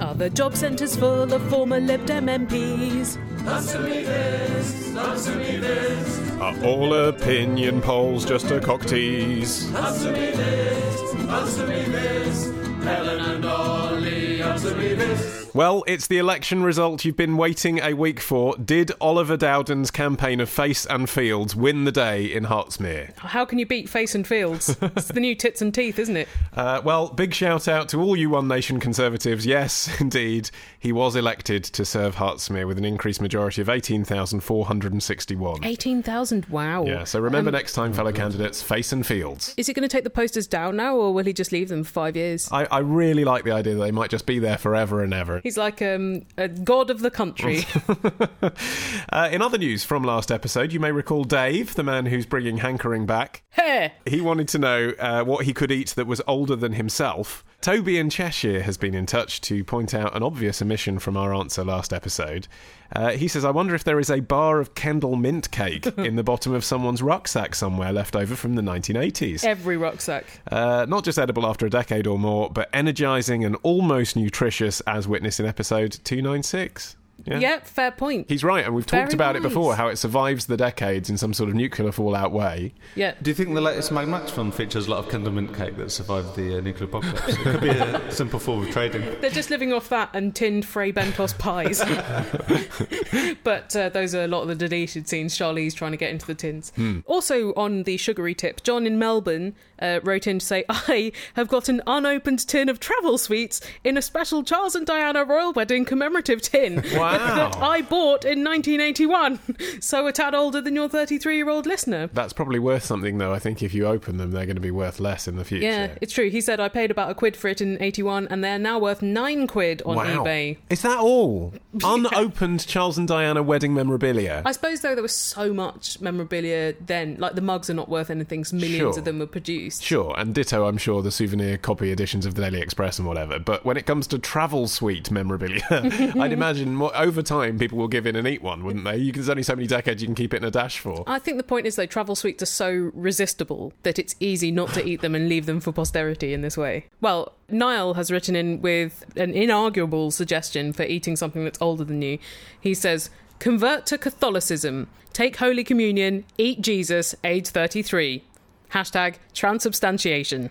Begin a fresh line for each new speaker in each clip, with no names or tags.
Are the job centres full of former Lib Dem MPs?
Are all opinion polls just a cock tease? Well, it's the election result you've been waiting a week for. Did Oliver Dowden's campaign of Face and Fields win the day in Hartsmere?
How can you beat Face and Fields? it's the new tits and teeth, isn't it?
Uh, well, big shout out to all you One Nation Conservatives. Yes, indeed, he was elected to serve Hartsmere with an increased majority of 18,461.
18,000, wow.
Yeah, so remember next time, fellow candidates, Face and Fields.
Is he going to take the posters down now, or will he just leave them for five years?
I, I really like the idea that they might just be there forever and ever.
He's like um, a god of the country.
Uh, in other news from last episode, you may recall Dave, the man who's bringing hankering back.
Hair!
He wanted to know uh, what he could eat that was older than himself. Toby in Cheshire has been in touch to point out an obvious omission from our answer last episode. Uh, he says, I wonder if there is a bar of Kendall mint cake in the bottom of someone's rucksack somewhere left over from the 1980s.
Every rucksack.
Uh, not just edible after a decade or more, but energizing and almost nutritious, as witnessed in episode 296.
Yep, fair point.
He's right, and we've talked
Very
about it
nice.
before how it survives the decades in some sort of nuclear fallout way.
yeah.
Do you think the latest Mad Max film features a lot of Kinder Mint cake that survived the uh, nuclear apocalypse? It could be a simple form of trading.
They're just living off that and tinned Frey Bentos pies. but uh, those are a lot of the deleted scenes. Charlie's trying to get into the tins.
Hmm.
Also, on the sugary tip, John in Melbourne uh, wrote in to say, I have got an unopened tin of travel sweets in a special Charles and Diana Royal Wedding commemorative tin
Wow.
that I bought in 1981. So a tad older than your 33 year old listener.
That's probably worth something, though. I think if you open them, they're going to be worth less in the future.
Yeah, it's true. He said I paid about a quid for it in 81 and they're now worth 9 quid on
wow.
eBay.
Is that all? Unopened Charles and Diana wedding memorabilia.
I suppose though there was so much memorabilia then, like the mugs are not worth anything. So millions
Sure.
of them were produced.
Sure, and ditto, I'm sure, the souvenir copy editions of the Daily Express and whatever. But when it comes to travel suite memorabilia, I'd imagine more, over time people will give in and eat one, wouldn't they? You can, there's only so many decades you can keep it in a dash for.
I think the point is though travel sweets are so resistible that it's easy not to eat them and leave them for posterity in this way. Well, Niall has written in with an inarguable suggestion for eating something that's older than you. He says, "Convert to Catholicism, take Holy Communion, eat Jesus, age 33." Hashtag transubstantiation.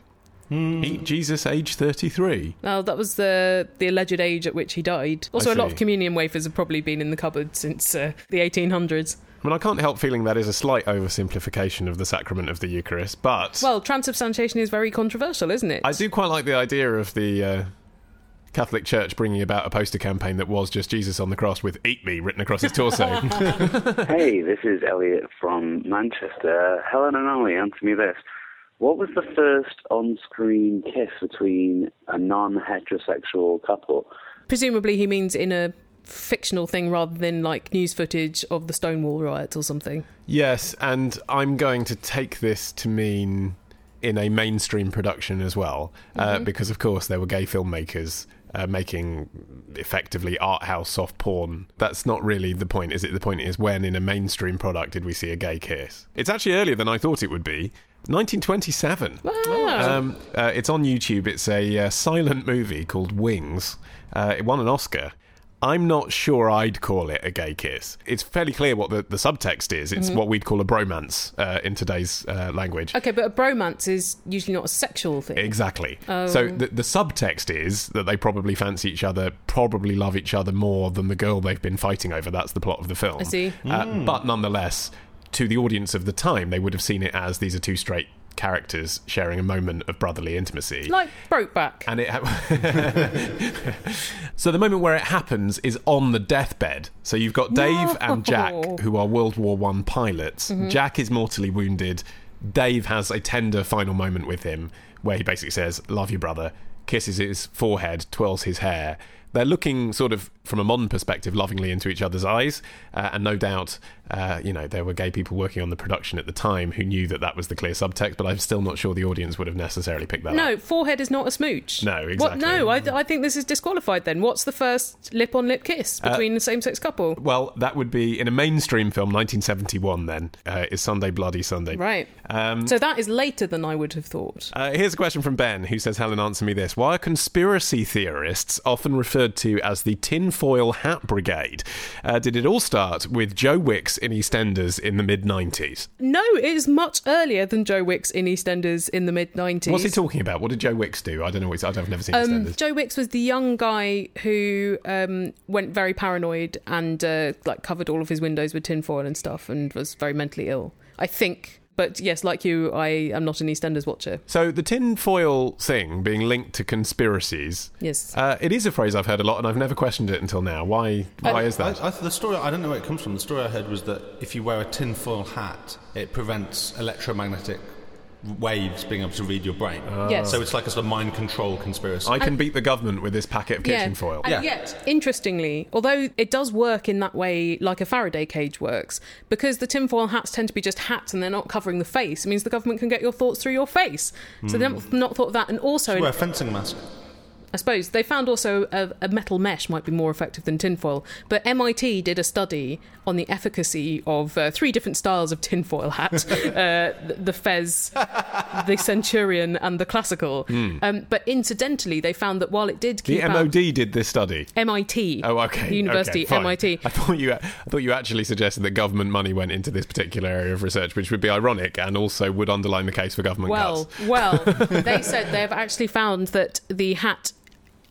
Eat Jesus, age 33.
Well, that was the the alleged age at which he died. Also, a lot
see.
of communion wafers have probably been in the cupboard since uh, the 1800s.
I mean, I can't help feeling that is a slight oversimplification of the sacrament of the Eucharist, but
Well, transubstantiation is very controversial, isn't it?
I do quite like the idea of the uh, Catholic Church bringing about a poster campaign that was just Jesus on the cross with "Eat me" written across his torso.
Hey, this is Elliot from Manchester. Helen and Ollie, answer me this. What was the first on screen kiss between a non heterosexual couple?
Presumably, he means in a fictional thing rather than like news footage of the Stonewall riots or something.
yes, and I'm going to take this to mean in a mainstream production as well, uh, because of course there were gay filmmakers. Uh, making effectively art house soft porn. That's not really the point, is it? The point is when in a mainstream product did we see a gay kiss? It's actually earlier than I thought it would be. 1927.
Ah.
Um, uh, it's on YouTube. It's a uh, silent movie called Wings. Uh, it won an Oscar. I'm not sure I'd call it a gay kiss. It's fairly clear what the, the subtext is. It's what we'd call a bromance uh, in today's uh, language.
Mm-hmm. okay, but a bromance is usually not a sexual thing.
Exactly.
Oh.
So the, the subtext is that they probably fancy each other, probably love each other more than the girl they've been fighting over. That's the plot of the film. I
see.
Uh, but nonetheless, to the audience of the time, they would have seen it as these are two straight characters sharing a moment of brotherly intimacy.
like Brokeback.
And it. so the moment where it happens is on the deathbed. So you've got Dave and Jack,
No.
who are World War One pilots. Jack is mortally wounded. Dave has a tender final moment with him, where he basically says, "Love you, brother." Kisses his forehead, twirls his hair. They're looking sort of from a modern perspective, lovingly into each other's eyes, uh, and no doubt, uh, you know, there were gay people working on the production at the time who knew that that was the clear subtext. But I'm still not sure the audience would have necessarily picked that up.
no, forehead is not a smooch.
No,
What?
exactly.
No, I, I think this is disqualified then. What's the first lip on lip kiss
Uh,
between a same sex couple?
Well, that would be in a mainstream film, 1971. Then uh, is Sunday Bloody Sunday.
Right.
Um,
so that is later than I would have thought.
uh, here's a question from Ben, who says, "Helen, answer me this: Why are conspiracy theorists often referred referred to as the Tinfoil Hat Brigade. Uh, did it all start with Joe Wicks in EastEnders in the mid 90s?
No, it is much earlier than Joe Wicks in EastEnders in the mid 90s.
What's he talking about? What did Joe Wicks do? I don't know. What he's, I've never seen
Um,
EastEnders.
Joe Wicks was the young guy who um, went very paranoid and uh, like covered all of his windows with tinfoil and stuff, and was very mentally ill. I think, but yes, like you, I am not an EastEnders watcher.
So the tinfoil thing being linked to conspiracies.
Yes.
Uh, it is a phrase I've heard a lot, and I've never questioned it until now. Why? Why is that?
I, I, the story, I don't know where it comes from. The story I heard was that if you wear a tinfoil hat, it prevents electromagnetic waves being able to read your brain.
Yes.
So it's like a sort of mind control conspiracy.
I can beat the government with this packet of kitchen foil.
And
Yeah.
yet, interestingly, although it does work in that way like a Faraday cage works, because the tinfoil hats tend to be just hats and they're not covering the face, it means the government can get your thoughts through your face. So
Hmm.
they've not thought of that. And also,
wear a fencing mask.
I suppose they found also a, a metal mesh might be more effective than tinfoil, but MIT did a study on the efficacy of uh, three different styles of tinfoil hat uh, the, the fez, the centurion, and the classical. Um, but incidentally, they found that while it did keep
Hmm. The
out-
MOD did this study.
MIT,
Oh, okay.
the University
okay, fine.
MIT,
I thought you. I thought you actually suggested that government money went into this particular area of research, which would be ironic and also would underline the case for government
Well,
cuts.
well, they said they've actually found that the hat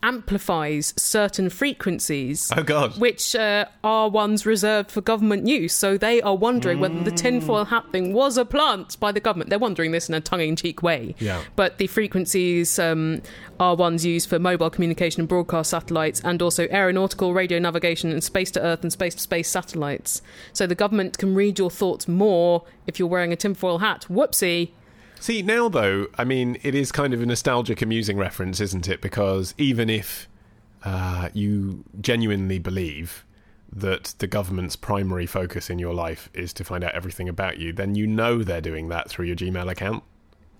amplifies certain frequencies.
Oh God.
Which uh, are ones reserved for government use. So they are wondering whether the
Mm.
tinfoil hat thing was a plant by the government. They're wondering this in a tongue in cheek way.
Yeah.
But the frequencies um, are ones used for mobile communication and broadcast satellites and also aeronautical, radio navigation, and space to Earth and space to space satellites. So the government can read your thoughts more if you're wearing a tinfoil hat. Whoopsie.
See now though, I mean, it is kind of a nostalgic, amusing reference, isn't it? Because even if uh, you genuinely believe that the government's primary focus in your life is to find out everything about you, then you know they're doing that through your Gmail account.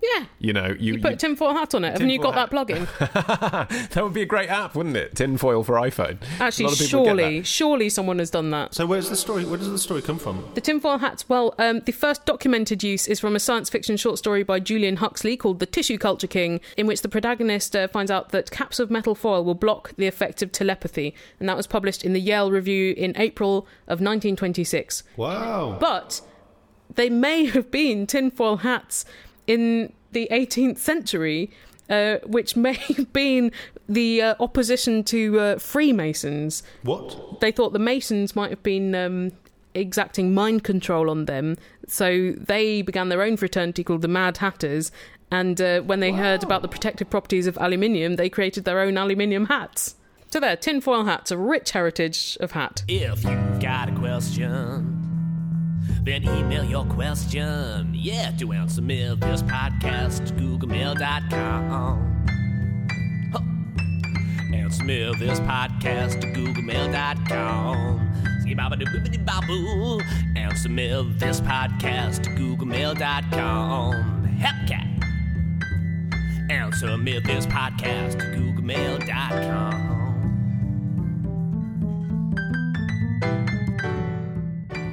Yeah.
You know, you,
You put a tinfoil hat on it. Haven't you got
Tinfoil
that plugin?
that would be a great app, wouldn't it? Tinfoil for iPhone. A
Actually,
lot of people would get
surely,
that.
surely someone has done that.
So where's the story? Where does the story come from?
The tinfoil hats, well, um, the first documented use is from a science fiction short story by Julian Huxley called The Tissue Culture King, in which the protagonist uh, finds out that caps of metal foil will block the effect of telepathy. And that was published in the Yale Review in April of 1926.
Wow.
But they may have been tinfoil hats in the 18th century, uh, which may have been the uh, opposition to uh, Freemasons.
What?
They thought the Masons might have been um, exacting mind control on them, so they began their own fraternity called the Mad Hatters. And uh, when they heard about the protective properties of aluminium, they created their own aluminium hats. So there, tinfoil hats, a rich heritage of hat.
If you've got a question, then email your question. Yeah, to answer me this podcast to googlemail.com. Huh. Answer me this podcast to googlemail.com. Zee-ba-ba-doo-boo-ba-dee-ba-boo. Answer me this podcast to googlemail.com. Hepcat. Answer me this podcast to googlemail.com.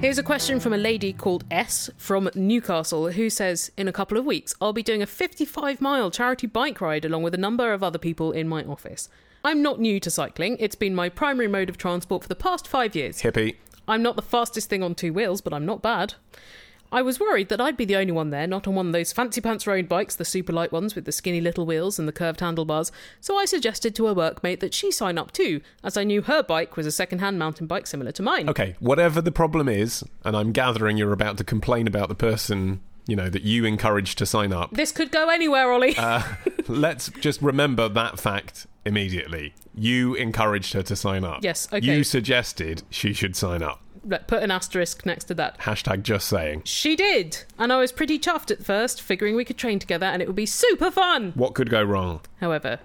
Here's a question from a lady called S from Newcastle who says In a couple of weeks, I'll be doing a 55 mile charity bike ride along with a number of other people in my office. I'm not new to cycling, it's been my primary mode of transport for the past five years.
Hippie.
I'm not the fastest thing on two wheels, but I'm not bad. I was worried that I'd be the only one there, not on one of those fancy pants road bikes, the super light ones with the skinny little wheels and the curved handlebars, so I suggested to a workmate that she sign up too, as I knew her bike was a second hand mountain bike similar to mine.
Okay, whatever the problem is, and I'm gathering you're about to complain about the person, you know, that you encouraged to sign up.
This could go anywhere, Ollie.
Let's just remember that fact immediately. You encouraged her to sign up.
Yes, okay.
You suggested she should sign up.
Like, put an asterisk next to that.
Hashtag just saying.
She did, and I was pretty chuffed at first, figuring we could train together and it would be super fun.
What could go wrong?
However,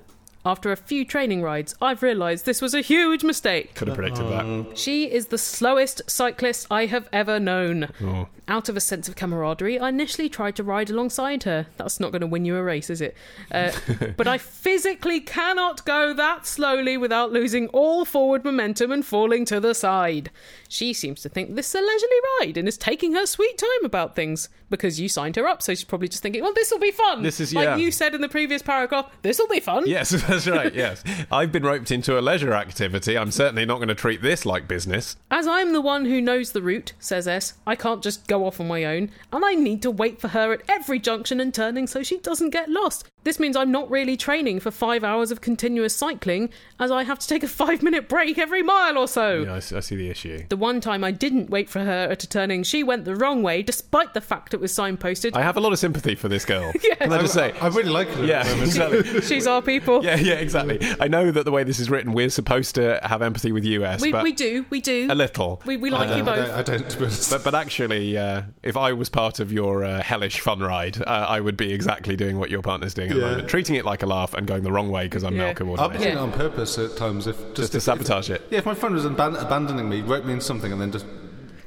after a few training rides, I've realised this was a huge mistake.
Could have predicted that.
She is the slowest cyclist I have ever known.
Oh.
Out of a sense of camaraderie, I initially tried to ride alongside her. That's not going to win you a race, is it? Uh, but I physically cannot go that slowly without losing all forward momentum and falling to the side. She seems to think this is a leisurely ride and is taking her sweet time about things, because you signed her up, so she's probably just thinking, well, this will be fun.
This is-
like
yeah.
you said in the previous paragraph. This will be fun.
Yes, that's right. Yes. I've been roped into a leisure activity. I'm certainly not going to treat this like business.
As I'm the one who knows the route, says S, I can't just go off on my own, and I need to wait for her at every junction and turning so she doesn't get lost. This means I'm not really training for five hours of continuous cycling, as I have to take a five minute break every mile or so.
Yeah, I s- I see the issue.
The one time I didn't wait for her at a turning, she went the wrong way despite the fact it was signposted.
I have a lot of sympathy for this girl. Can I just say?
I really like it.
yeah, exactly.
She's our people.
Yeah, yeah, exactly. I know that the way this is written, we're supposed to have empathy with US,
we,
but
we do, we do.
a little.
We, we like
I
you
don't, I don't,
both.
I don't, to be honest.
but, but actually, uh, if I was part of your uh, hellish fun ride, uh, I would be exactly doing what your partner's doing at the
Yeah.
moment, treating it like a laugh and going the wrong way because I'm
Yeah.
now
I'll be
coordinated.
doing it
Yeah.
on purpose at times if
Just
just,
to
if-
sabotage it.
Yeah, if my friend was aban- abandoning me, roped me in something, and then just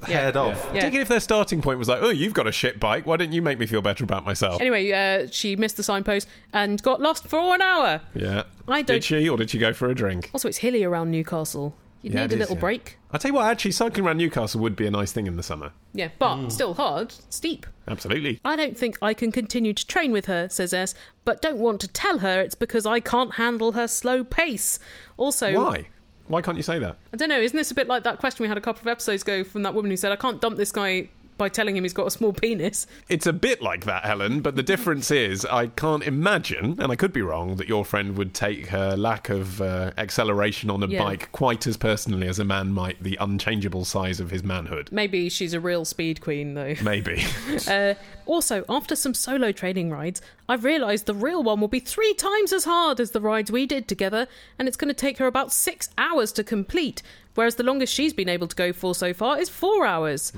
Yeah.
head off.
Yeah.
Take it if their starting point was like, oh, you've got a shit bike. Why don't you make me feel better about myself?
Anyway, uh, she missed the signpost and got lost for an hour.
yeah.
I don't-
Did she or did she go for a drink?
Also, it's hilly around Newcastle. You
Yeah,
need a
it is,
little
yeah.
break.
I'll tell you what, actually, cycling around Newcastle would be a nice thing in the summer.
Yeah, but
Mm.
still hard, steep.
Absolutely.
I don't think I can continue to train with her, says S, but don't want to tell her it's because I can't handle her slow pace. Also,
Why? Why can't you say that?
I don't know, isn't this a bit like that question we had a couple of episodes ago from that woman who said, I can't dump this guy by telling him he's got a small penis?
It's a bit like that, Helen, but the difference is I can't imagine, and I could be wrong, that your friend would take her lack of uh, acceleration on a
Yeah.
bike quite as personally as a man might the unchangeable size of his manhood.
Maybe she's a real speed queen, though.
Maybe.
Uh, also, after some solo training rides, I've realised the real one will be three times as hard as the rides we did together, and it's going to take her about six hours to complete, whereas the longest she's been able to go for so far is four hours.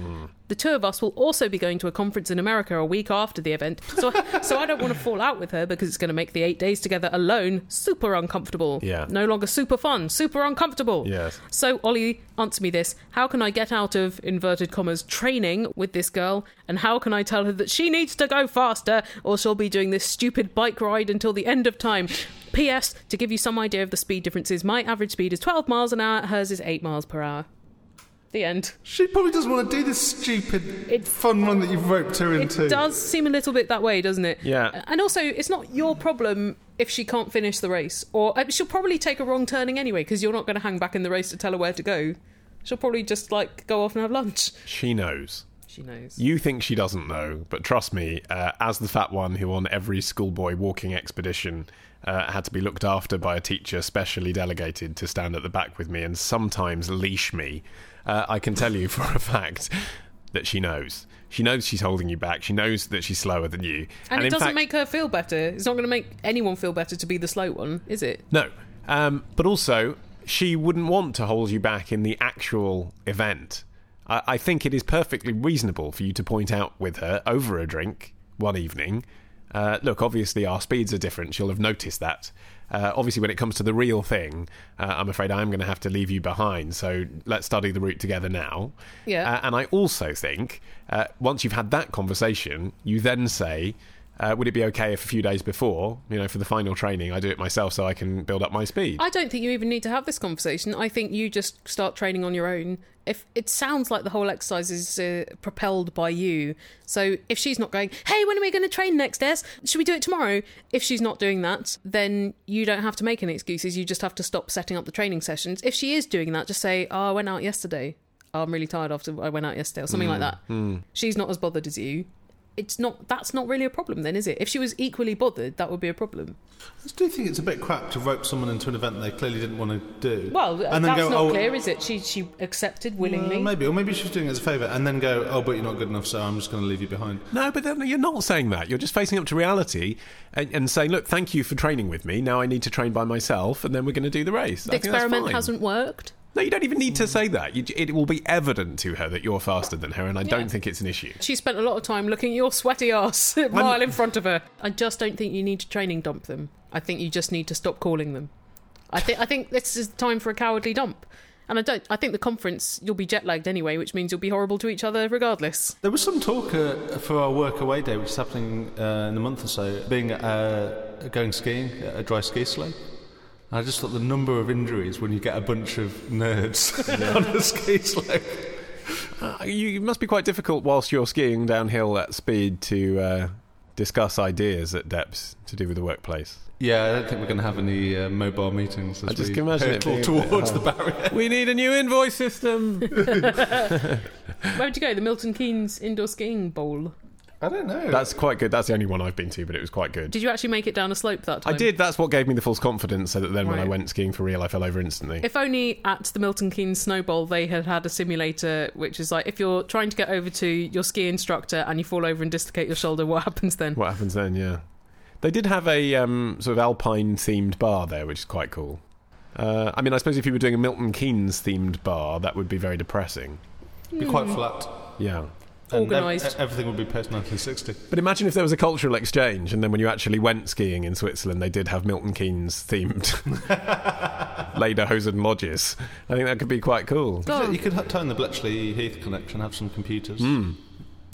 The two of us will also be going to a conference in America a week after the event, so, so I don't want to fall out with her because it's going to make the eight days together alone super uncomfortable.
Yeah.
No longer super fun, super uncomfortable.
Yes.
So, Ollie, answer me this. How can I get out of inverted commas training with this girl? And how can I tell her that she needs to go faster or she'll be doing this stupid bike ride until the end of time? P.S. To give you some idea of the speed differences, my average speed is 12 miles an hour, hers is 8 miles per hour. The end.
She probably doesn't want to do this stupid
It-
fun one that you've roped her
It
into.
does seem a little bit that way, doesn't it?
Yeah.
And also, it's not your problem if she can't finish the race, or uh, she'll probably take a wrong turning anyway because you're not going to hang back in the race to tell her where to go. She'll probably just like go off and have lunch.
she knows.
She knows.
You think she doesn't know, but trust me, uh, as the fat one who on every schoolboy walking expedition uh, had to be looked after by a teacher specially delegated to stand at the back with me and sometimes leash me, uh, I can tell you for a fact that she knows. She knows she's holding you back. She knows that she's slower than you.
And, it
in
doesn't
fact-
make her feel better. It's not going to make anyone feel better to be the slow one, is it?
No. Um, but also, she wouldn't want to hold you back in the actual event. I, I think it is perfectly reasonable for you to point out with her over a drink one evening. Uh, look, obviously, our speeds are different. She'll have noticed that. Uh, obviously, when it comes to the real thing, uh, I'm afraid I am going to have to leave you behind. So let's study the route together now.
Yeah.
Uh, and I also think uh, once you've had that conversation, you then say, uh, would it be okay if a few days before, you know, for the final training, I do it myself so I can build up my speed?
I don't think you even need to have this conversation. I think you just start training on your own. If it sounds like the whole exercise is uh, propelled by you, so if she's not going, "Hey, when are we going to train next, S? Should we do it tomorrow?" If she's not doing that, then you don't have to make any excuses. You just have to stop setting up the training sessions. If she is doing that, just say, "Oh, I went out yesterday. Oh, I'm really tired after I went out yesterday," or something like that. She's not as bothered as you. It's not. That's not really a problem, then, is it? If she was equally bothered, that would be a problem.
I just do think it's a bit crap to rope someone into an event they clearly didn't want to do.
Well,
and then
that's
go,
not
oh,
clear, is it? She she accepted
well,
willingly.
maybe, or maybe she's doing it as a favour, and then go, oh, but you're not good enough, so I'm just going to leave you behind.
No, but then you're not saying that. You're just facing up to reality and, and saying, look, thank you for training with me. Now I need to train by myself and then we're going to do the race.
the experiment hasn't worked.
No, you don't even need to say that. You, it will be evident to her that you're faster than her and I don't think it's an issue.
She spent a lot of time looking at your sweaty ass a mile in front of her. I just don't think you need to training dump them. I think you just need to stop calling them. I think I think this is the time for a cowardly dump. And I don't. I think the conference you'll be jet lagged anyway, which means you'll be horrible to each other regardless.
There was some talk uh, for our work away day, which is happening uh, in a month or so, being uh, going skiing at a dry ski slope. And I just thought the number of injuries when you get a bunch of nerds on a ski slope.
Uh, you it must be quite difficult whilst you're skiing downhill at speed to uh, discuss ideas at depths to do with the workplace.
Yeah, I don't think we're going to have any uh, mobile meetings. As
I just
we
can imagine it
hurtle
being a bit
towards the barrier.
We need a new invoice system.
Where'd you go? The Milton Keynes Indoor Skiing Bowl.
I don't know.
That's quite good. That's the only one I've been to, but it was quite good.
Did you actually make it down a slope that time?
I did. That's what gave me the false confidence, so that then when I
Right.
went skiing for real, I fell over instantly.
If only at the Milton Keynes Snowball they had had a simulator, which is like if you're trying to get over to your ski instructor and you fall over and dislocate your shoulder, what happens then?
what happens then? Yeah, they did have a um, sort of alpine themed bar there, which is quite cool. Uh, I mean, I suppose if you were doing a Milton Keynes themed bar, that would be very depressing.
be quite flat.
Yeah.
And ev-
Organised.
everything would be post 1960.
But imagine if there was a cultural exchange, and then when you actually went skiing in Switzerland, they did have Milton Keynes themed Lederhosen lodges. I think that could be quite cool.
Oh.
You could ha- turn the Bletchley Heath connection, have some computers.
Hmm.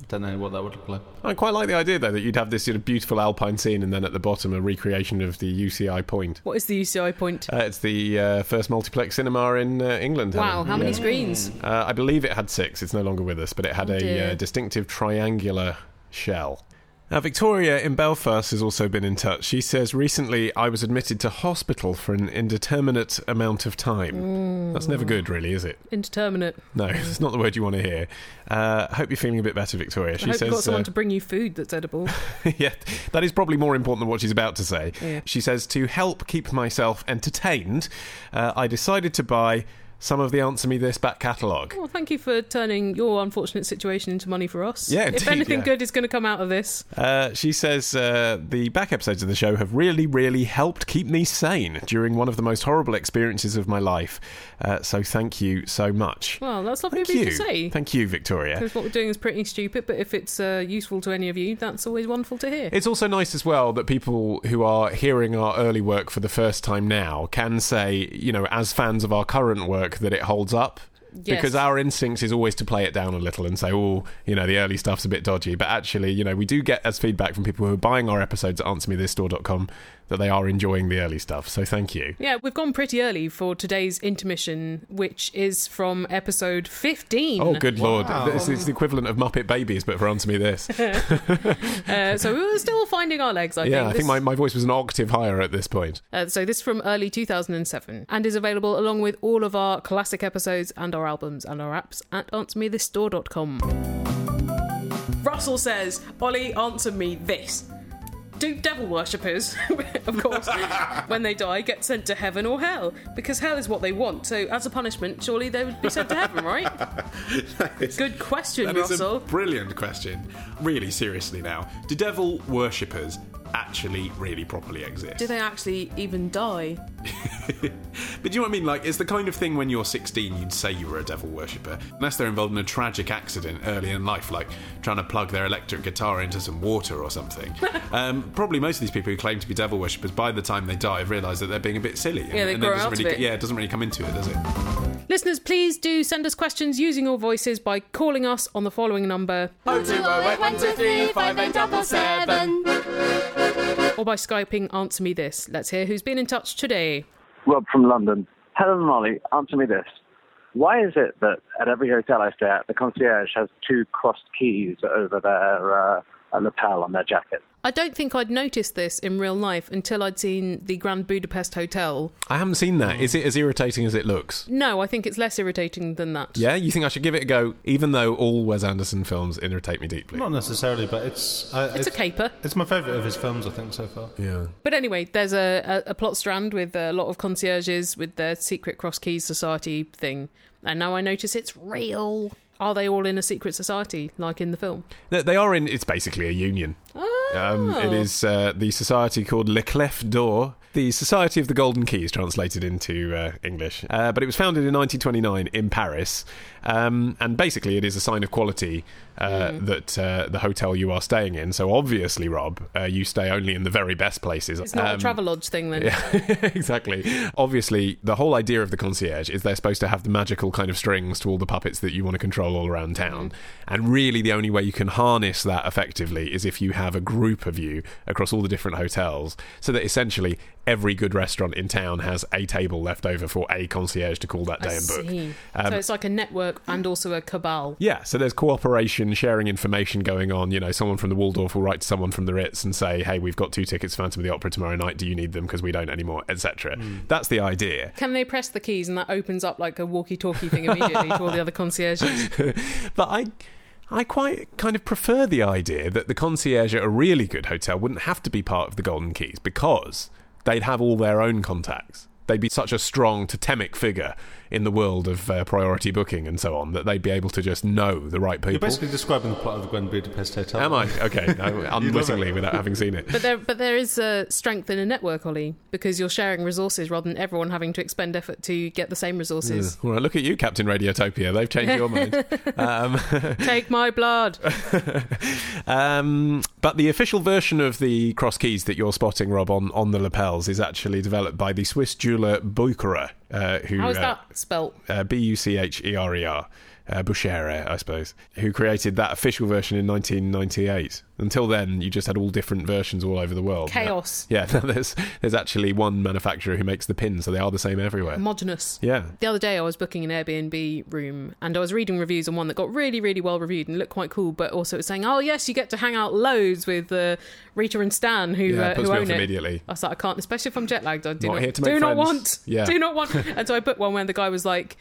Don't know what that would look like.
I quite like the idea, though, that you'd have this sort of beautiful alpine scene, and then at the bottom, a recreation of the UCI point.
What is the UCI point?
Uh, it's the uh, first multiplex cinema in uh, England.
wow,
Helen.
how many
Yeah.
screens?
Uh, I believe it had six. It's no longer with us, but it had a
Oh, dear.
uh, distinctive triangular shell. Now, Victoria in Belfast has also been in touch. She says, Recently, I was admitted to hospital for an indeterminate amount of time.
Mm.
That's never good, really, is it?
Indeterminate.
No, it's not the word you want to hear. Uh, hope you're feeling a bit better, Victoria.
I
She
hope
says,
you've got someone
uh,
to bring you food that's edible.
yeah, that is probably more important than what she's about to say.
Yeah.
She says, To help keep myself entertained, uh, I decided to buy some of the Answer Me This back catalogue.
well, thank you for turning your unfortunate situation into money for us.
Yeah,
if
indeed,
anything
yeah.
good is going to come out of this,
Uh, she says uh, the back episodes of the show have really, really helped keep me sane during one of the most horrible experiences of my life. Uh, so thank you so much.
well, that's lovely
Thank
of you,
you.
to say.
Thank you, Victoria.
Because what we're doing is pretty stupid, but if it's uh, useful to any of you, that's always wonderful to hear.
It's also nice as well that people who are hearing our early work for the first time now can say, you know, as fans of our current work, that it holds up.
Yes.
Because our instinct is always to play it down a little and say, oh, you know, the early stuff's a bit dodgy. But actually, you know, we do get as feedback from people who are buying our episodes at answermethisstore.com that they are enjoying the early stuff. So thank you.
Yeah, we've gone pretty early for today's intermission, which is from episode 15.
Oh, good lord. This is the equivalent of Muppet Babies, but for Answer Me This.
Uh, so we were still finding our legs, I
yeah, I
think.
think
This-
my, my voice was an octave higher at this point.
uh, so this is from early 2007 and is available along with all of our classic episodes and our albums and our apps at answermethisstore.com. Russell says, Ollie, answer me this. Do devil worshippers, of course, when they die, get sent to heaven or hell? Because hell is what they want, so as a punishment, surely they would be sent to heaven, right? Good question,
That is
Russell.
a brilliant question. Really seriously now, do devil worshippers actually really properly exist?
Do they actually even die?
But do you know what I mean? Like, it's the kind of thing when you're 16, you'd say you were a devil worshipper, unless they're involved in a tragic accident early in life, like trying to plug their electric guitar into some water or something. um, probably most of these people who claim to be devil worshippers, by the time they die, have realised that they're being a bit silly. and-
Yeah, they
and
grow
doesn't
out of
really,
it.
Yeah, it doesn't really come into it, does it?
Listeners, please do send us questions using your voices by calling us on the following number or by Skyping Answer Me This. Let's hear who's been in touch today.
Rob from London. Helen and Ollie, answer me this. Why is it that at every hotel I stay at, the concierge has two crossed keys over their uh, lapel on their jacket?
I don't think I'd noticed this in real life until I'd seen the Grand Budapest Hotel.
I haven't seen that. Is it as irritating as it looks?
No, I think it's less irritating than that.
Yeah, you think I should give it a go, even though all Wes Anderson films irritate me deeply.
Not necessarily, but it's. Uh,
It's a caper.
It's my favourite of his films, I think, so far.
Yeah.
But anyway, there's a, a, a plot strand with a lot of concierges with their secret cross keys society thing. And now I notice it's real. Are they all in a secret society like in the film?
They- They are in. It's basically a union. Um,
Oh.
it is uh, the society called Le Clef d'Or, the Society of the Golden Keys, translated into uh, English. Uh, but it was founded in 1929 in Paris, um, and basically it is a sign of quality uh,
Mm.
that uh, the hotel you are staying in. So obviously, Rob, uh, you stay only in the very best places.
It's not
Um,
a Travelodge thing then.
exactly. Obviously, the whole idea of the concierge is they're supposed to have the magical kind of strings to all the puppets that you want to control all
Mm-hmm.
around town. And really, the only way you can harness that effectively is if you have a group of you across all the different hotels, so that essentially every good restaurant in town has a table left over for a concierge to call that day
I
and book. Um,
see. so it's like a network and also a cabal.
Yeah, so there's cooperation, sharing information going on. You know, someone from the Waldorf will write to someone from the Ritz and say, "Hey, we've got two tickets for Phantom of the Opera tomorrow night. Do you need them? Because we don't anymore, etc."
Mm.
That's the idea.
Can they press the keys and that opens up like a walkie-talkie thing immediately to all the other concierges?
but I I quite kind of prefer the idea that the concierge at a really good hotel wouldn't have to be part of the Golden Keys because they'd have all their own contacts. They'd be such a strong totemic figure in the world of uh, priority booking and so on that they'd be able to just know the right
You're
people.
basically describing the plot of the Grand Budapest Hotel.
Am I? Okay, no, unwittingly
it.
without having seen it.
But there, but there is a strength in a network, Ollie, because you're sharing resources rather than everyone having to expend effort to get the same resources.
All right, look at you, Captain Radiotopia. They've changed your mind.
Take my blood.
Um, but the official version of the cross keys that you're spotting, Rob, on, on the lapels is actually developed by the Swiss jeweler Bucherer, uh, who
How is
uh,
that spelt?
uh, B U C H E R E R, uh, Bucherer, I suppose, who created that official version in 1998. Until then, you just had all different versions all over the world.
Chaos.
Yeah, now there's there's actually one manufacturer who makes the pins, so they are the same everywhere.
Homogenous.
yeah.
The other day, I was booking an Airbnb room and I was reading reviews on one that got really, really well reviewed and looked quite cool, but also it was saying, oh, yes, you get to hang out loads with uh, Rita and Stan who,
Yeah,
uh,
puts
who
me
own
off
it.
immediately.
I was like, I can't, especially if I'm jet lagged. I do
Not
not,
here to
do
make
not
friends.
want.
Yeah.
Do not want. and so I booked one where the guy was like,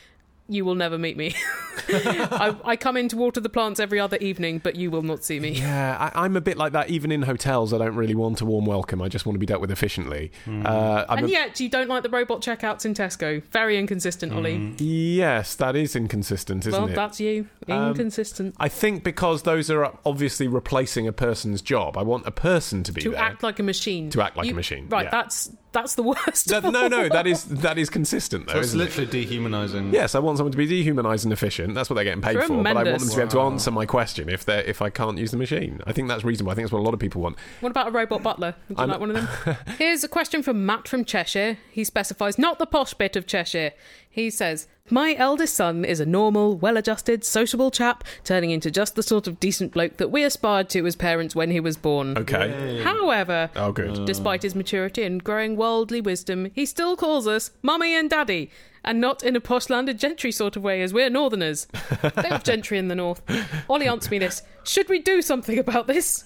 you will never meet me. I, I come in to water the plants every other evening, but you will not see me.
Yeah, I, I'm a bit like that. Even in hotels, I don't really want a warm welcome. I just want to be dealt with efficiently. Uh, I'm a-
And yet, you don't like the robot checkouts in Tesco. Very inconsistent, Ollie.
Yes, that is inconsistent, Mm, isn't
well,
it? Um,
that's you. Inconsistent.
I think because those are obviously replacing a person's job. I want a person to be
to
there.
act like a machine.
To act like a
You-
machine,
Right.
yeah.
That's that's the worst.
That- no, no, that is that is consistent though.
It's
isn't it?
literally dehumanising.
Yes, I want someone to be dehumanised and efficient. That's what they're getting paid for. But I want
Tremendous.
them to be able to answer my question if they are if I can't use the machine. I think that's reasonable. I think that's what a lot of people want.
What about a robot butler? Would you
I'm-
like one of them? Here's a question from Matt from Cheshire. He specifies not the posh bit of Cheshire. He says, My eldest son is a normal, well adjusted, sociable chap, turning into just the sort of decent bloke that we aspired to as parents when he was born.
Okay.
However,
Oh, good.
despite his maturity and growing worldly wisdom, he still calls us mummy and daddy, and not in a posh landed gentry sort of way as we're northerners. they have gentry in the north. Ollie, answer me this. Should we do something about this?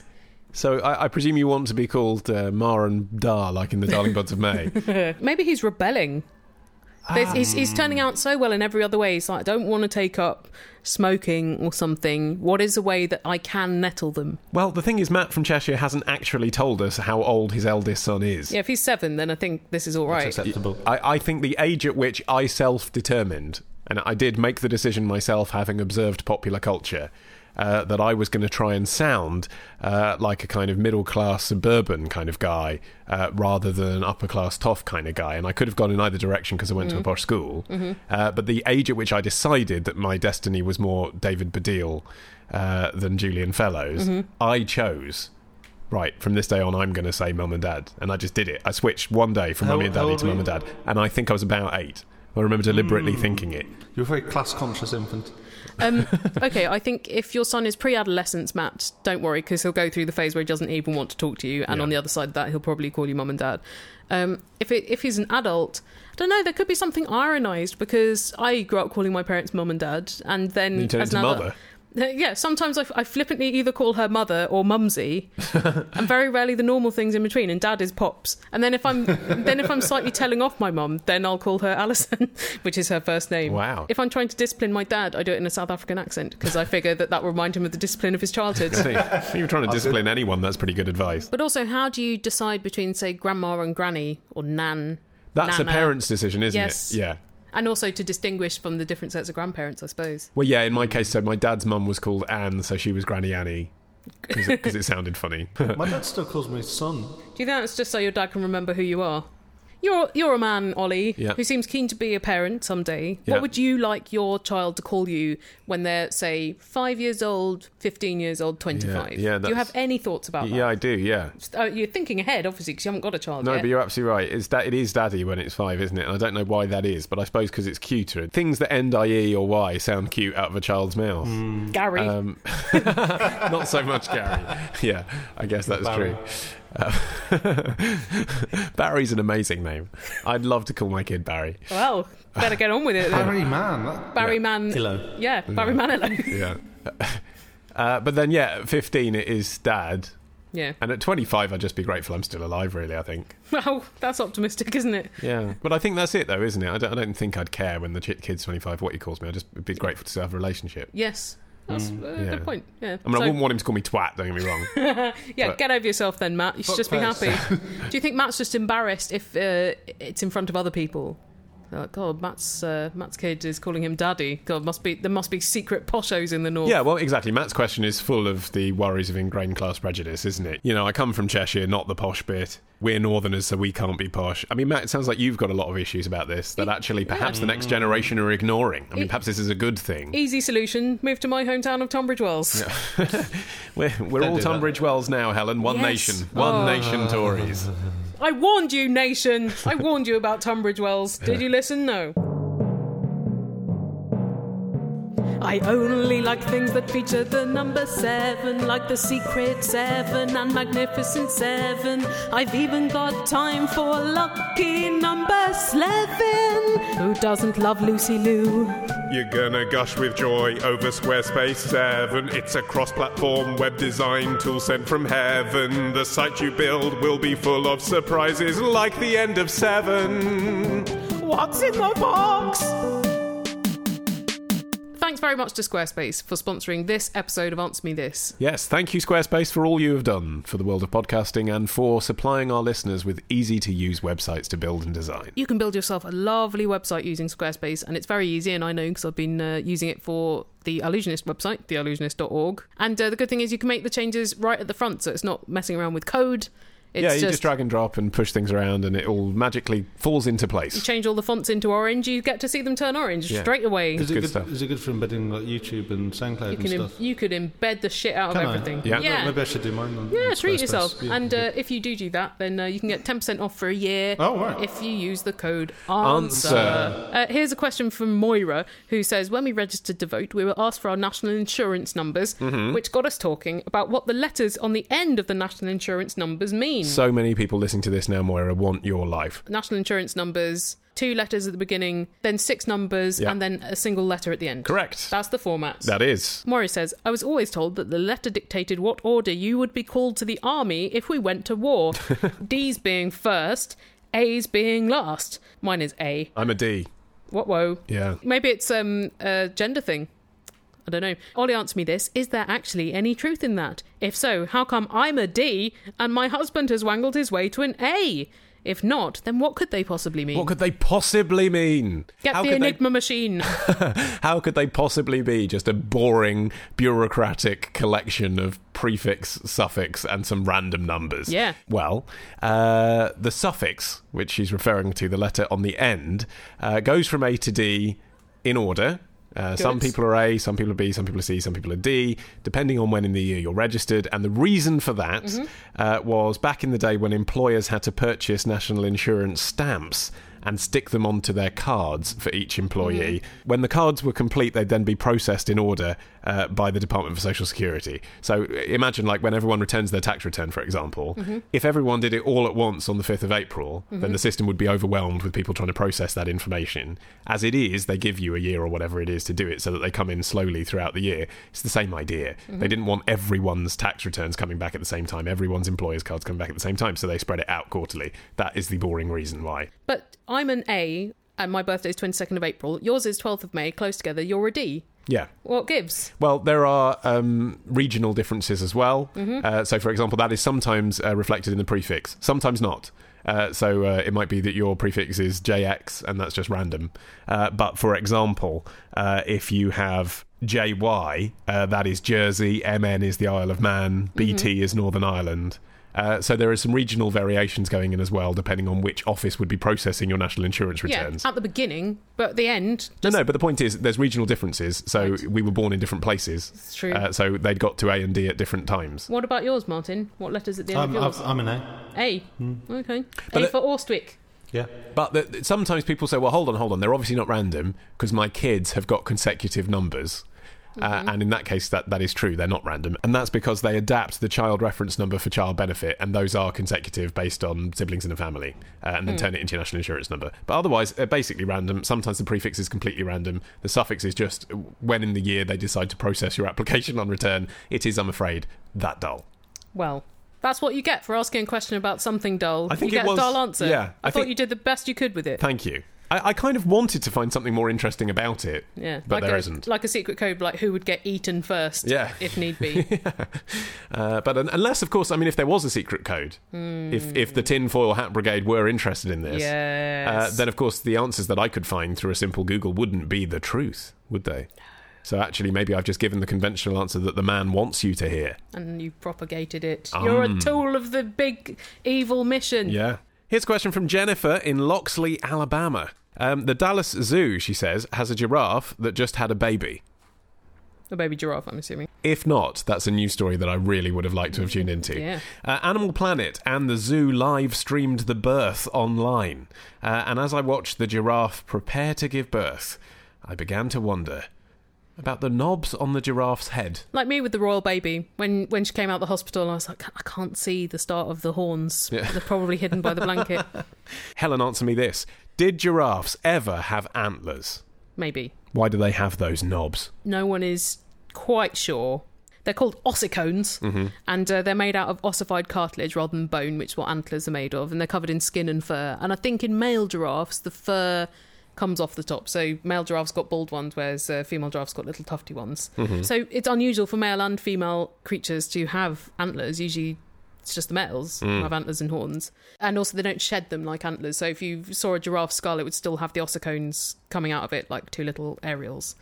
So I, I presume you want to be called uh, Mar and Dar, like in the Darling Buds of May.
Maybe he's rebelling. There's He's, he's turning out so well in every other way. He's like, I don't want to take up smoking or something. What is a way that I can nettle them?
Well, the thing is, Matt from Cheshire hasn't actually told us how old his eldest son is.
Yeah, if he's seven, then I think this is all right.
Acceptable.
I, I think the age at which I self determined, and I did make the decision myself having observed popular culture, uh, that I was going to try and sound uh, like a kind of middle class suburban kind of guy uh, rather than an upper class toff kind of guy. And I could have gone in either direction because I went to a posh school. Uh, but the age at which I decided that my destiny was more David Baddiel uh, than Julian Fellows, I chose. Right, from this day on, I'm going to say mum and dad. And I just did it. I switched one day from
How-
mummy and
how
daddy
old
to
were
mum and
you?
dad. And I think I was about eight. I remember deliberately thinking it.
You're a very class conscious infant.
Um, okay, I think if your son is pre-adolescence, Matt, don't worry because he'll go through the phase where he doesn't even want to talk to you, and
Yeah.
on the other side of that, he'll probably call you mum and dad. Um, if it, if he's an adult, I don't know. There could be something ironised because I grew up calling my parents mum and dad, and then
You turn
as an
into
adult-
mother.
Uh, Yeah, sometimes I, I flippantly either call her mother or mumsy, and very rarely the normal things in between. And dad is pops. And then if I'm then if I'm slightly telling off my mum, then I'll call her Alison, which is her first name.
Wow.
If I'm trying to discipline my dad, I do it in a South African accent because I figure that that will remind him of the discipline of his childhood.
See, if you're trying to discipline anyone, that's pretty good advice.
but also, how do you decide between say grandma and granny or nan?
That's
nana?
a parent's decision, isn't
Yes.
it? Yeah.
And also to distinguish from the different sets of grandparents, I suppose.
Well, yeah, in my case, so my dad's mum was called Anne, so she was Granny Annie. Because it, 'cause it sounded funny.
My dad still calls me son.
Do you think that's just so your dad can remember who you are? You're you're a man, Ollie,
Yeah.
who seems keen to be a parent someday.
Yeah.
What would you like your child to call you when they're, say, five years old, fifteen years old, twenty-five?
yeah,
do you
that's-
have any thoughts about
yeah, I do, yeah.
that? Oh, you're thinking ahead, obviously, because you haven't got a child
No,
yet.
but you're absolutely right. It's that it is daddy when it's five, isn't it? And I don't know why that is, but I suppose because it's cuter. Things that end ie or y sound cute out of a child's mouth.
Gary,
Um, not so much Gary. Yeah, I guess that's true. Uh, Barry's an amazing name. I'd love to call my kid Barry.
Well, better get on with it. Then.
Barry Man. That,
Barry Man.
Hello.
Yeah, Barry Manilow.
Yeah. Uh, but then, yeah, at 15, it is dad.
yeah.
And at 25, I'd just be grateful I'm still alive, really, I think.
Well, that's optimistic, isn't it?
Yeah. But I think that's it, though, isn't it? I don't, I don't think I'd care when the ch- kid's 25 what he calls me. I'd just be grateful to still have a relationship.
Yes. That's a
Mm, yeah.
good point. Yeah.
I mean,
So-
I wouldn't want him to call me twat, don't get me wrong.
Yeah,
But-
get over yourself then, Matt. You should just be
Fuckface.
happy. Do you think Matt's just embarrassed if uh, it's in front of other people? Oh, God, Matt's uh, Matt's kid is calling him daddy. God, must be there must be secret poshos in the north.
Yeah, well, exactly. Matt's question is full of the worries of ingrained class prejudice, isn't it? You know, I come from Cheshire, not the posh bit. We're northerners, so we can't be posh. I mean, Matt, it sounds like you've got a lot of issues about this that actually perhaps the next
Mm.
generation are ignoring. I mean, perhaps this is a good thing.
Easy solution: move to my hometown of Tunbridge Wells.
We're, we're all
do that.
Tunbridge Wells now, Helen. One
Yes.
nation. One nation Tories.
I warned you, nation. I warned you about Tunbridge Wells. Did you listen? No. I only like things that feature the number seven, like the secret seven and magnificent seven. I've even got time for lucky number eleven. Who doesn't love Lucy Lou?
You're gonna gush with joy over Squarespace 7. It's a cross platform web design tool sent from heaven. The site you build will be full of surprises like the end of 7.
What's in the box? Thanks very much to Squarespace for sponsoring this episode of Answer Me This.
Yes, thank you, Squarespace, for all you have done for the world of podcasting and for supplying our listeners with easy to use websites to build and design.
you can build yourself a lovely website using Squarespace, and it's very easy. And I know because I've been uh, using it for the Illusionist website, theillusionist.org. And uh, the good thing is you can make the changes right at the front, so it's not messing around with code. It's
yeah, you just drag and drop and push things around, and it all magically falls into place.
change all the fonts into orange. You get to see them turn orange
Yeah.
straight away.
Is it
good
good,
stuff.
Is it good for embedding like YouTube and SoundCloud
You
and
can Im-
stuff?
you could embed the shit out
Can
of
I?
everything.
Yeah.
yeah.
Maybe I should do mine. On,
Yeah,
on
treat
Squarespace.
yourself.
Yeah.
And uh, if you do do that, then uh, you can get 10% off for a year
Oh, right.
if you use the code ANSWER.
Answer.
Uh, here's a question from Moira, who says When we registered to vote, we were asked for our national insurance numbers,
Mm-hmm.
which got us talking about what the letters on the end of the national insurance numbers mean.
So many people listening to this now, Moira, want your life.
national insurance numbers, two letters at the beginning, then six numbers,
Yeah.
and then a single letter at the end.
Correct.
That's the format.
That is.
Maury says, I was always told that the letter dictated what order you would be called to the army if we went to war. D's being first, A's being last. Mine is A.
I'm a D.
What whoa.
Yeah.
Maybe it's um a gender thing. I don't know. Ollie answer me this. Is there actually any truth in that? If so, how come I'm a D and my husband has wangled his way to an A? If not, then what could they possibly mean?
What could they possibly mean?
Get
how
the
could
Enigma machine.
They, how could they possibly be just a boring bureaucratic collection of prefix, suffix, and some random numbers?
Yeah.
Well, uh, the suffix, which she's referring to, the letter on the end, uh, goes from A to D in order. Uh, some
Good.
people are A, some people are B, some people are C, some people are D, depending on when in the year you're registered. And the reason for that uh, was back in the day when employers had to purchase national insurance stamps and stick them onto their cards for each employee. When the cards were complete, they'd then be processed in order uh, by the Department for Social Security. So uh, imagine, like, when everyone returns their tax return, for example, if everyone did it all at once on the 5th of April, then the system would be overwhelmed with people trying to process that information. As it is, they give you a year or whatever it is to do it so that they come in slowly throughout the year. It's the same idea. They didn't want everyone's tax returns coming back at the same time, everyone's employer's cards coming back at the same time, so they spread it out quarterly. That is the boring reason why.
But I'm an A and my birthday is 22nd of April. Yours is 12th of May, close together. You're a D.
Yeah.
What gives?
Well, there are um, regional differences as well. Uh, so, for example, that is sometimes uh, reflected in the prefix, sometimes not. Uh, so uh, it might be that your prefix is JX, and that's just random. Uh, but for example, uh, if you have JY, uh, that is Jersey, MN is the Isle of Man, BT is Northern Ireland. Uh, so there are some regional variations going in as well, depending on which office would be processing your national insurance returns.
Yeah, at the beginning, but at the end,
No, no, but the point is, there's regional differences. So we were born in different places. It's
true.
Uh, so they'd got to A and D at different times.
What about yours, Martin? What letters at the end
I'm,
of yours?
Um, I've- hmm. I'm an
A.
A.
Okay.
But
a
it-
for Orstwick.
Yeah.
But the, the- sometimes people say, well, hold on, hold on. They're obviously not random because my kids have got consecutive numbers. Uh,
Mm-hmm.
and in that case, that, that is true. They're not random. And that's because they adapt the child reference number for child benefit, and those are consecutive based on siblings in a family, uh, and then
Mm.
turn it into your national insurance number. But otherwise, they're basically random. Sometimes the prefix is completely random. The suffix is just when in the year they decide to process your application on return. It is, I'm afraid, that dull.
Well, that's what you get for asking a question about something dull.
I think
you
it
get
was-
a dull answer.
yeah,
I,
I
thought
think-
you did the best you could with it.
Thank you. I, I kind of wanted to find something more interesting about it,
yeah,
but
like
there
a,
not
like a secret code, like who would get eaten first,
Yeah.
if need be.
Uh, but un- unless, of course, I mean, if there was a secret code, if if the tinfoil hat brigade were interested in this, uh,
Yes.
then of course the answers that I could find through a simple Google wouldn't be the truth, would they? So actually, maybe I've just given the conventional answer that the man wants you to hear.
and you propagated it. You're a tool of the big evil mission.
Um. Yeah. Here's a question from Jennifer in Loxley, Alabama. Um, the Dallas Zoo, she says, has a giraffe that just had a baby.
A baby giraffe, I'm assuming.
If not, that's a news story that I really would have liked to have tuned into.
Yeah.
Uh, Animal Planet and the zoo live streamed the birth online. Uh, and as I watched the giraffe prepare to give birth, I began to wonder about the knobs on the giraffe's head.
Like me with the royal baby, when when she came out of the hospital, I was like, I can't see the start of the horns. They're probably hidden by the blanket.
Helen, answer me this Did giraffes ever have antlers?
Maybe.
Why do they have those knobs?
no one is quite sure. They're called ossicones, and uh, they're made out of ossified cartilage rather than bone, which is what antlers are made of, and they're covered in skin and fur. And I think in male giraffes, the fur comes off the top. So male giraffes got bald ones, whereas uh, female giraffes got little tufty ones. So it's unusual for male and female creatures to have antlers. Usually it's just the males have antlers and horns. And also they don't shed them like antlers. So if you saw a giraffe skull, it would still have the ossicones coming out of it like two little aerials.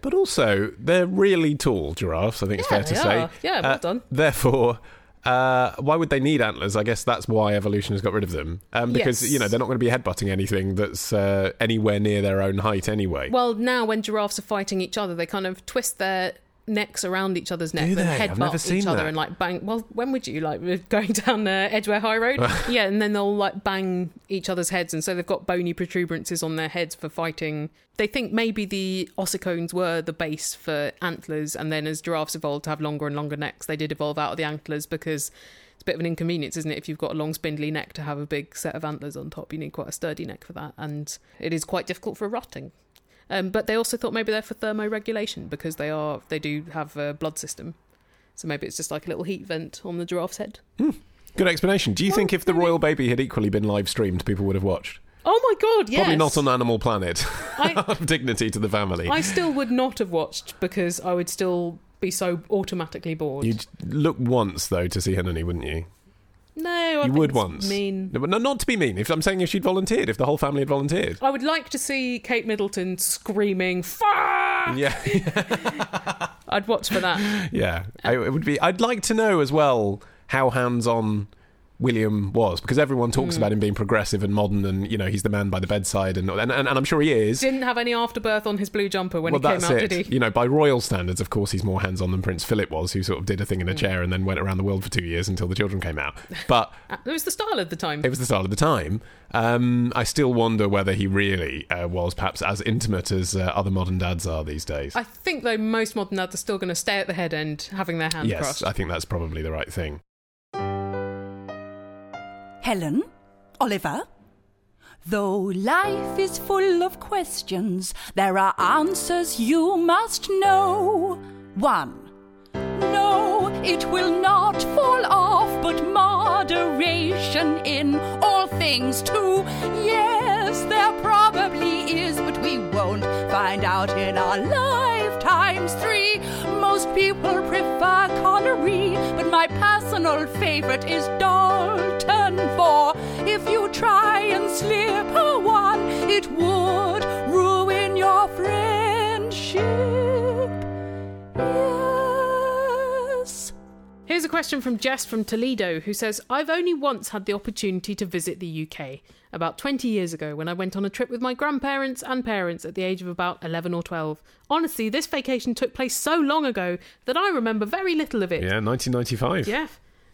But also, they're really tall giraffes, I
Yeah,
think it's fair to
they
say.
are. Yeah, well
Uh,
done.
Therefore, uh, why would they need antlers? I guess that's why evolution has got rid of them. Um, because,
Yes.
you know, they're not going to be headbutting anything that's uh, anywhere near their own height anyway.
Well, now when giraffes are fighting each other, they kind of twist their necks around each other's neck and
Do they?
headbutt
I've never
each
seen
other
that.
and like bang. Well, when would you like we're going down uh, Edgware High Road? yeah, and then they'll like bang each other's heads, and so they've got bony protuberances on their heads for fighting. They think maybe the ossicones were the base for antlers, and then as giraffes evolved to have longer and longer necks, they did evolve out of the antlers because. It's a bit of an inconvenience, isn't it? If you've got a long, spindly neck to have a big set of antlers on top, you need quite a sturdy neck for that, and it is quite difficult for rotting. Um, but they also thought maybe they're for thermoregulation because they are they do have a blood system. So maybe it's just like a little heat vent on the giraffe's head.
Good explanation. Do you think if the royal baby had equally been live streamed, people would have watched?
Oh my god, yes.
Probably not on Animal Planet.
I,
Of Dignity to the family.
I still would not have watched because I would still be so automatically bored.
You'd look once though to see Henony, wouldn't you?
no, I
You
think
would
it's
once.
Mean.
No, but no, not to be mean. If I'm saying if she'd volunteered, if the whole family had volunteered.
I would like to see Kate Middleton screaming "Fuck!"
Yeah,
I'd watch for that.
yeah. I, it would be. I'd like to know as well how hands-on William was, because everyone talks
Hmm.
about him being progressive and modern, and you know he's the man by the bedside, and and, and, and I'm sure he is.
Didn't have any afterbirth on his blue jumper when
well,
he came
that's
out,
it.
did he?
You know, by royal standards, of course, he's more hands-on than Prince Philip was, who sort of did a
Hmm.
thing in a chair and then went around the world for two years until the children came out. But
It was the style at the time.
it was the style of the time. Um, I still wonder whether he really uh, was perhaps as intimate as uh, other modern dads are these days.
I think though most modern dads are still going to stay at the head end, having their hand
yes,
crossed.
I think that's probably the right thing.
Helen, Oliver. Though life is full of questions, there are answers you must know. 1. No, it will not fall off, but moderation in all things. 2. Yes, there probably is, but we won't find out in our lifetimes. 3. Most people prefer Connery, but my personal favorite is Dalton. 4. If you try and slip a 1, it would ruin your friendship. Yes.
Here's a question from Jess from Toledo who says I've only once had the opportunity to visit the UK, about 20 years ago when I went on a trip with my grandparents and parents at the age of about 11 or 12. Honestly, this vacation took place so long ago that I remember very little of it.
Yeah, 1995.
Yeah.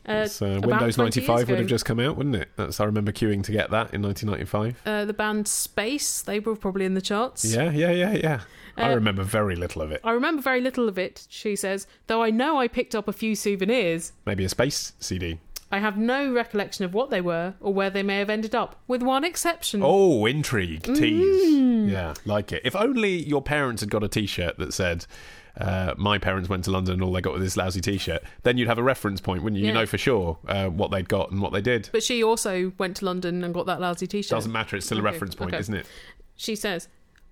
Uh,
So
about
Windows
20 years
95 would
ago.
have just come out, wouldn't it? That's I remember queuing to get that in 1995.
Uh, the band Space, they were probably in the charts.
Yeah, yeah, yeah, yeah. I
Uh,
remember very little of it.
I remember very little of it, she says, though I know I picked up a few souvenirs.
Maybe a space CD.
I have no recollection of what they were or where they may have ended up, with one exception.
Oh, intrigue,
Mm.
tease. Yeah, like it. If only your parents had got a T-shirt that said, uh, "My parents went to London and all they got was this lousy T-shirt," then you'd have a reference point, wouldn't you?
Yeah.
You know for sure uh, what they'd got and what they did.
But she also went to London and got that lousy t shirt.
Doesn't matter. It's still a
Okay,
reference point,
okay.
isn't it?
She says,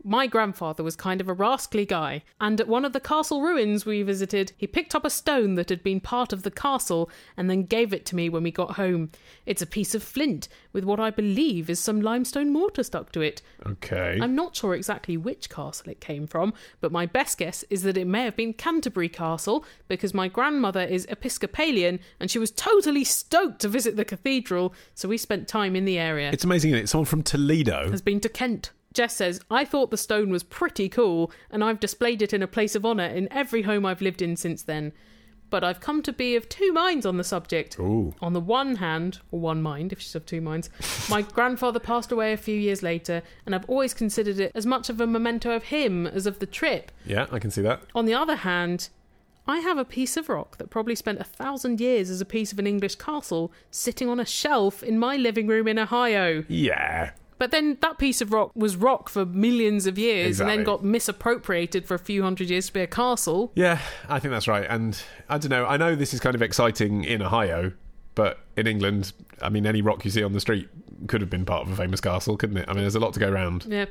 My grandfather was kind of a rascally guy, and at one of the castle ruins we visited, he picked up a stone that had been part of the castle and then gave it to me when we got home. It's a piece of flint with what I believe is some limestone mortar stuck to it.
Okay.
I'm not sure exactly which castle it came from, but my best guess is that it may have been Canterbury Castle because my grandmother is Episcopalian and she was totally stoked to visit the cathedral, so we spent time in the area
It's amazing, isn't it? Someone from Toledo.
has been to Kent. Jess says, I thought the stone was pretty cool, and I've displayed it in a place of honour in every home I've lived in since then. But I've come to be of two minds on the subject. On the one hand, or one mind, if she's of two minds, my grandfather passed away a few years later, and I've always considered it as much of a memento of him as of the trip.
Yeah, I can see that.
On the other hand, I have a piece of rock that probably spent a thousand years as a piece of an English castle sitting on a shelf in my living room in Ohio.
Yeah.
But then that piece of rock was rock for millions of years and
Exactly.
then got misappropriated for a few hundred years to be a castle.
Yeah, I think that's right. And I don't know. I know this is kind of exciting in Ohio, but in England, I mean, any rock you see on the street could have been part of a famous castle, couldn't it? I mean, there's a lot to go round.
Yeah.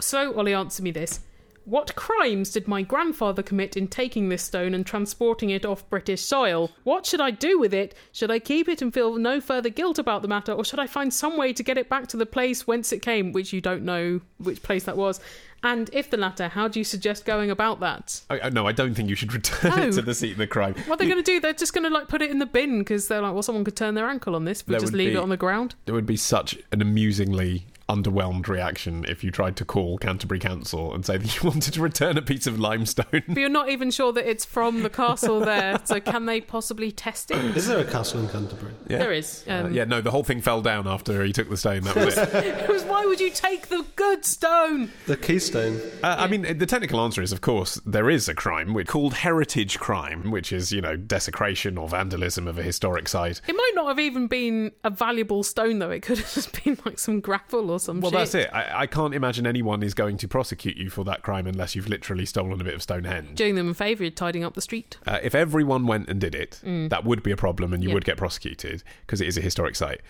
So, Ollie, answer me this. What crimes did my grandfather commit in taking this stone and transporting it off British soil? What should I do with it? Should I keep it and feel no further guilt about the matter, or should I find some way to get it back to the place whence it came, which you don't know which place that was? And if the latter, how do you suggest going about that?
I, I- no, I don't think you should return
No.
it to the seat of the crime.
What are they
You-
going to do? They're just going to like put it in the bin because they're like, well, someone could turn their ankle on this. If we
There
just
would
leave
be-
it on the ground.
There would be such an amusingly underwhelmed reaction if you tried to call Canterbury Council and say that you wanted to return a piece of limestone.
But you're not even sure that it's from the castle there, so can they possibly test it?
Is there a castle in Canterbury?
Yeah.
There is.
Uh,
Um,
yeah, no, the whole thing fell down after he took the stone. That was it.
Because why would you take the good stone?
The Keystone.
Uh, I mean, the technical answer is, of course, there is a crime which, called heritage crime, which is, you know, desecration or vandalism of a historic site.
It might not have even been a valuable stone, though. It could have just been like some gravel or some
Well,
shit.
that's it. I, I can't imagine anyone is going to prosecute you for that crime unless you've literally stolen a bit of Stonehenge.
Doing them a favour, you're tidying up the street.
Uh, if everyone went and did it, that would be a problem, and you
Mm. Yeah.
would get prosecuted because it is a historic site.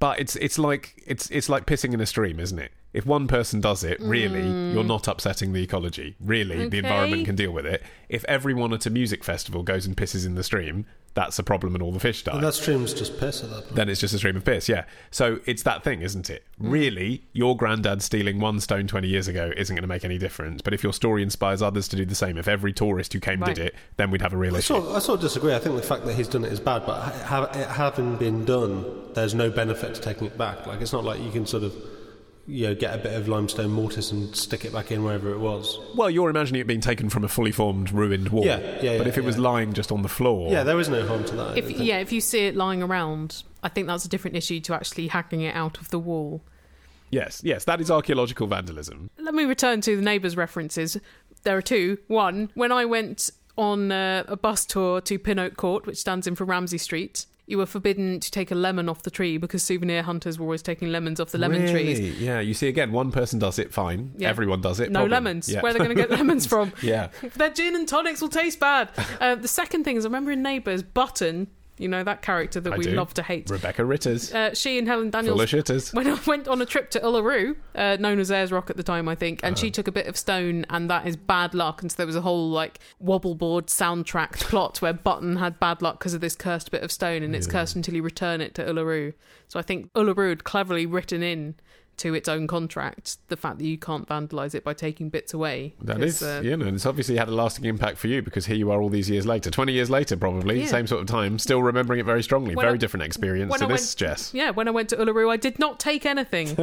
But it's it's like it's it's like pissing in a stream, isn't it? If one person does it, really, you're not upsetting the ecology. Really, the
Mm. Okay.
environment can deal with it. If everyone at a music festival goes and pisses in the stream, that's a problem, and all the fish die
And that stream's just piss at that point.
then it's just a stream of piss. Yeah. So it's that thing, isn't it?
Mm.
Really, your granddad stealing one stone 20 years ago isn't going to make any difference. But if your story inspires others to do the same, if every tourist who came
Right.
did it, then we'd have a real
I
issue.
sort, I sort of disagree. I think the fact that he's done it is bad, but ha- ha- it having been done, there's no benefit to taking it back. Like it's not like you can sort of, you know, get a bit of limestone mortise and stick it back in wherever it was.
Well, you're imagining it being taken from a fully formed, ruined wall.
Yeah, yeah,
but
yeah,
if it was
yeah.
lying just on the floor.
Yeah, there is no harm to that. I
If
don't think.
yeah, if you see it lying around, I think that's a different issue to actually hacking it out of the wall.
yes, yes, that is archaeological vandalism.
Let me return to the neighbours' references. There are two. One, when I went on uh, a bus tour to Pin Oak Court, which stands in for Ramsey Street, you were forbidden to take a lemon off the tree because souvenir hunters were always taking lemons off the lemon trees.
Really? Yeah, you see, again, one person does it, fine.
Yeah.
Everyone does it.
No
problem.
lemons.
Yeah.
Where are they going to get lemons from?
Yeah.
Their gin and tonics will taste bad. Uh, the second thing is, I remember in Neighbours, Button, you know, that character that
I
we
do.
love to hate.
Rebecca Ritters.
Uh, she and Helen Daniels
Full of shitters.
when I went on a trip to Uluru, uh, known as Ayers Rock at the time, I think, and
Uh-huh.
she took a bit of stone, and that is bad luck. And so there was a whole like wobbleboard soundtrack plot where Button had bad luck because of this cursed bit of stone, and it's cursed until you return it to Uluru. So I think Uluru had cleverly written in to its own contract the fact that you can't vandalize it by taking bits away.
That
It's,
is,
uh,
you know, it's obviously had a lasting impact for you because here you are all these years later, 20 years later, probably,
Yeah.
same sort of time, still remembering it very strongly.
When
very
I-
different experience
when
to
I
this,
went-
Jess.
Yeah, when I went to Uluru, I did not take anything.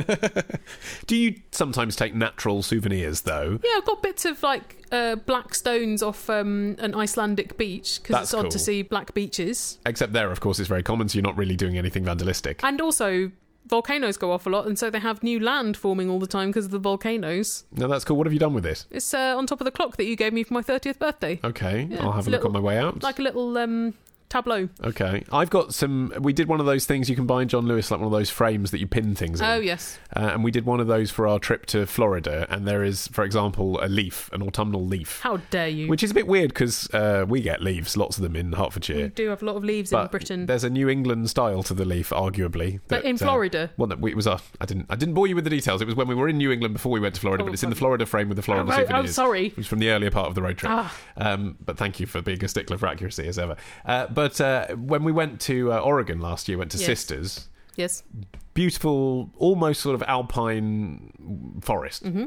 Do you sometimes take natural souvenirs, though?
Yeah, I've got bits of like uh, black stones off um, an Icelandic beach because
That's
it's odd
cool.
to see black beaches.
Except there, of course, it's very common, so you're not really doing anything vandalistic.
And also, volcanoes go off a lot, and so they have new land forming all the time because of the volcanoes.
no, that's cool. What have you done with it?
It's uh, on top of the clock that you gave me for my 30th birthday.
Okay,
Yeah,
I'll have
it's
a look
little-
on my way out.
Like a little um, tableau.
okay, I've got some. We did one of those things you can buy in John Lewis, like one of those frames that you pin things in.
Oh, yes.
Uh, and we did one of those for our trip to Florida. And there is, for example, a leaf, an autumnal leaf.
How dare you?
Which is a bit weird because uh, we get leaves, lots of them in
we
Hertfordshire.
do have a lot of leaves in
But
Britain.
there's a New England style to the leaf, arguably.
But in
uh,
Florida?
well, no, we- it was our. I didn't. I didn't bore you with the details. It was when we were in New England before we went to Florida.
Oh,
but it's in the
fuck.
Florida frame with the Florida
Oh, right. Oh,
souvenirs.
sorry.
It was from the earlier part of the road trip.
Ah.
Um, but thank you for being a stickler for accuracy as ever. Uh, but uh, when we went to uh, Oregon last year, went to
Yes.
Sisters
yes.
beautiful, almost sort of alpine forest.
Mm-hmm.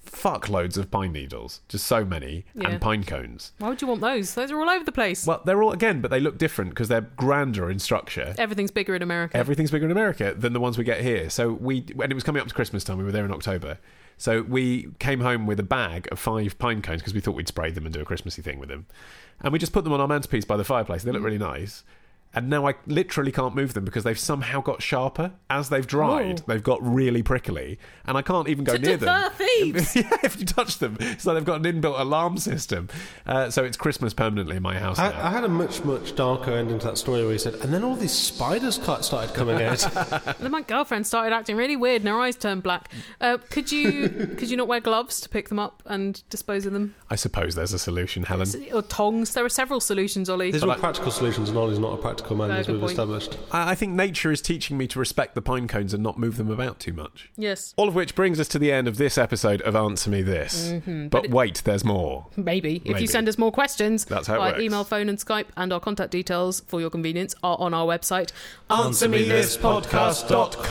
Fuck loads of pine needles, just so many,
Yeah.
and pine cones.
Why would you want those? Those are all over the place.
Well, they're all again, but they look different because they're grander in structure.
Everything's bigger in America.
Everything's bigger in America than the ones we get here. So we, and it was coming up to Christmas time. We were there in October, so we came home with a bag of five pine cones because we thought we'd spray them and do a Christmassy thing with them, and we just put them on our mantelpiece by the fireplace.
Mm.
They look really nice. And now I literally can't move them because they've somehow got sharper as they've dried.
Oh.
They've got really prickly, and I can't even go
To
near them.
deter thieves.
yeah, if you touch them, so they've got an inbuilt alarm system. Uh, so it's Christmas permanently in my house now.
I, I had a much, much darker ending to that story where he said, and then all these spiders ca- started coming out.
Then my girlfriend started acting really weird and her eyes turned black. Uh, could you could you not wear gloves to pick them up and dispose of them?
I suppose there's a solution, Helen.
Or tongs? There are several solutions, Ollie.
These are all practical solutions, and Ollie's not a practical man,
No,
as
good
we've
point.
established.
I I think nature is teaching me to respect the pine cones and not move them about too much.
Yes.
All of which brings us to the end of this episode of Answer Me This. but wait, there's more.
Maybe. If
Maybe.
you send us more questions
That's how it
via
works.
email, phone, and Skype, and our contact details for your convenience are on our website. Uh,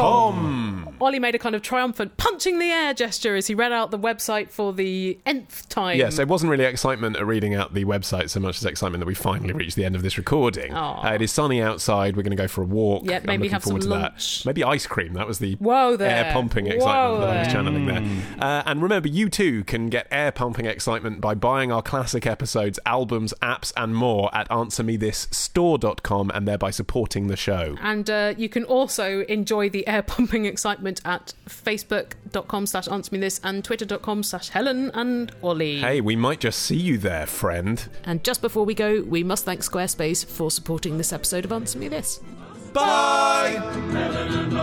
Um,
Ollie made a kind of triumphant punching the air gesture as he read out the website for the nth time.
Yes, it wasn't really excitement at reading out the website so much as excitement that we finally reached the end of this recording.
Aw.
Uh, it is sunny outside. We're going to go for a walk.
Yeah,
I'm
maybe
looking
have some
forward to
lunch.
that. Maybe ice cream. That was the
Whoa there.
air pumping
Whoa
excitement that I was
there.
channeling there. Uh, and remember, you too can get air pumping excitement by buying our classic episodes, albums, apps, and more at answermethisstore.com and thereby supporting the show.
And uh, you can also enjoy the air pumping excitement at facebook.com slash answer me this and twitter.com slash Helen and Ollie.
Hey, we might just see you there, friend.
And just before we go, we must thank Squarespace for supporting this episode of Answer Me This.
Bye!
Helen and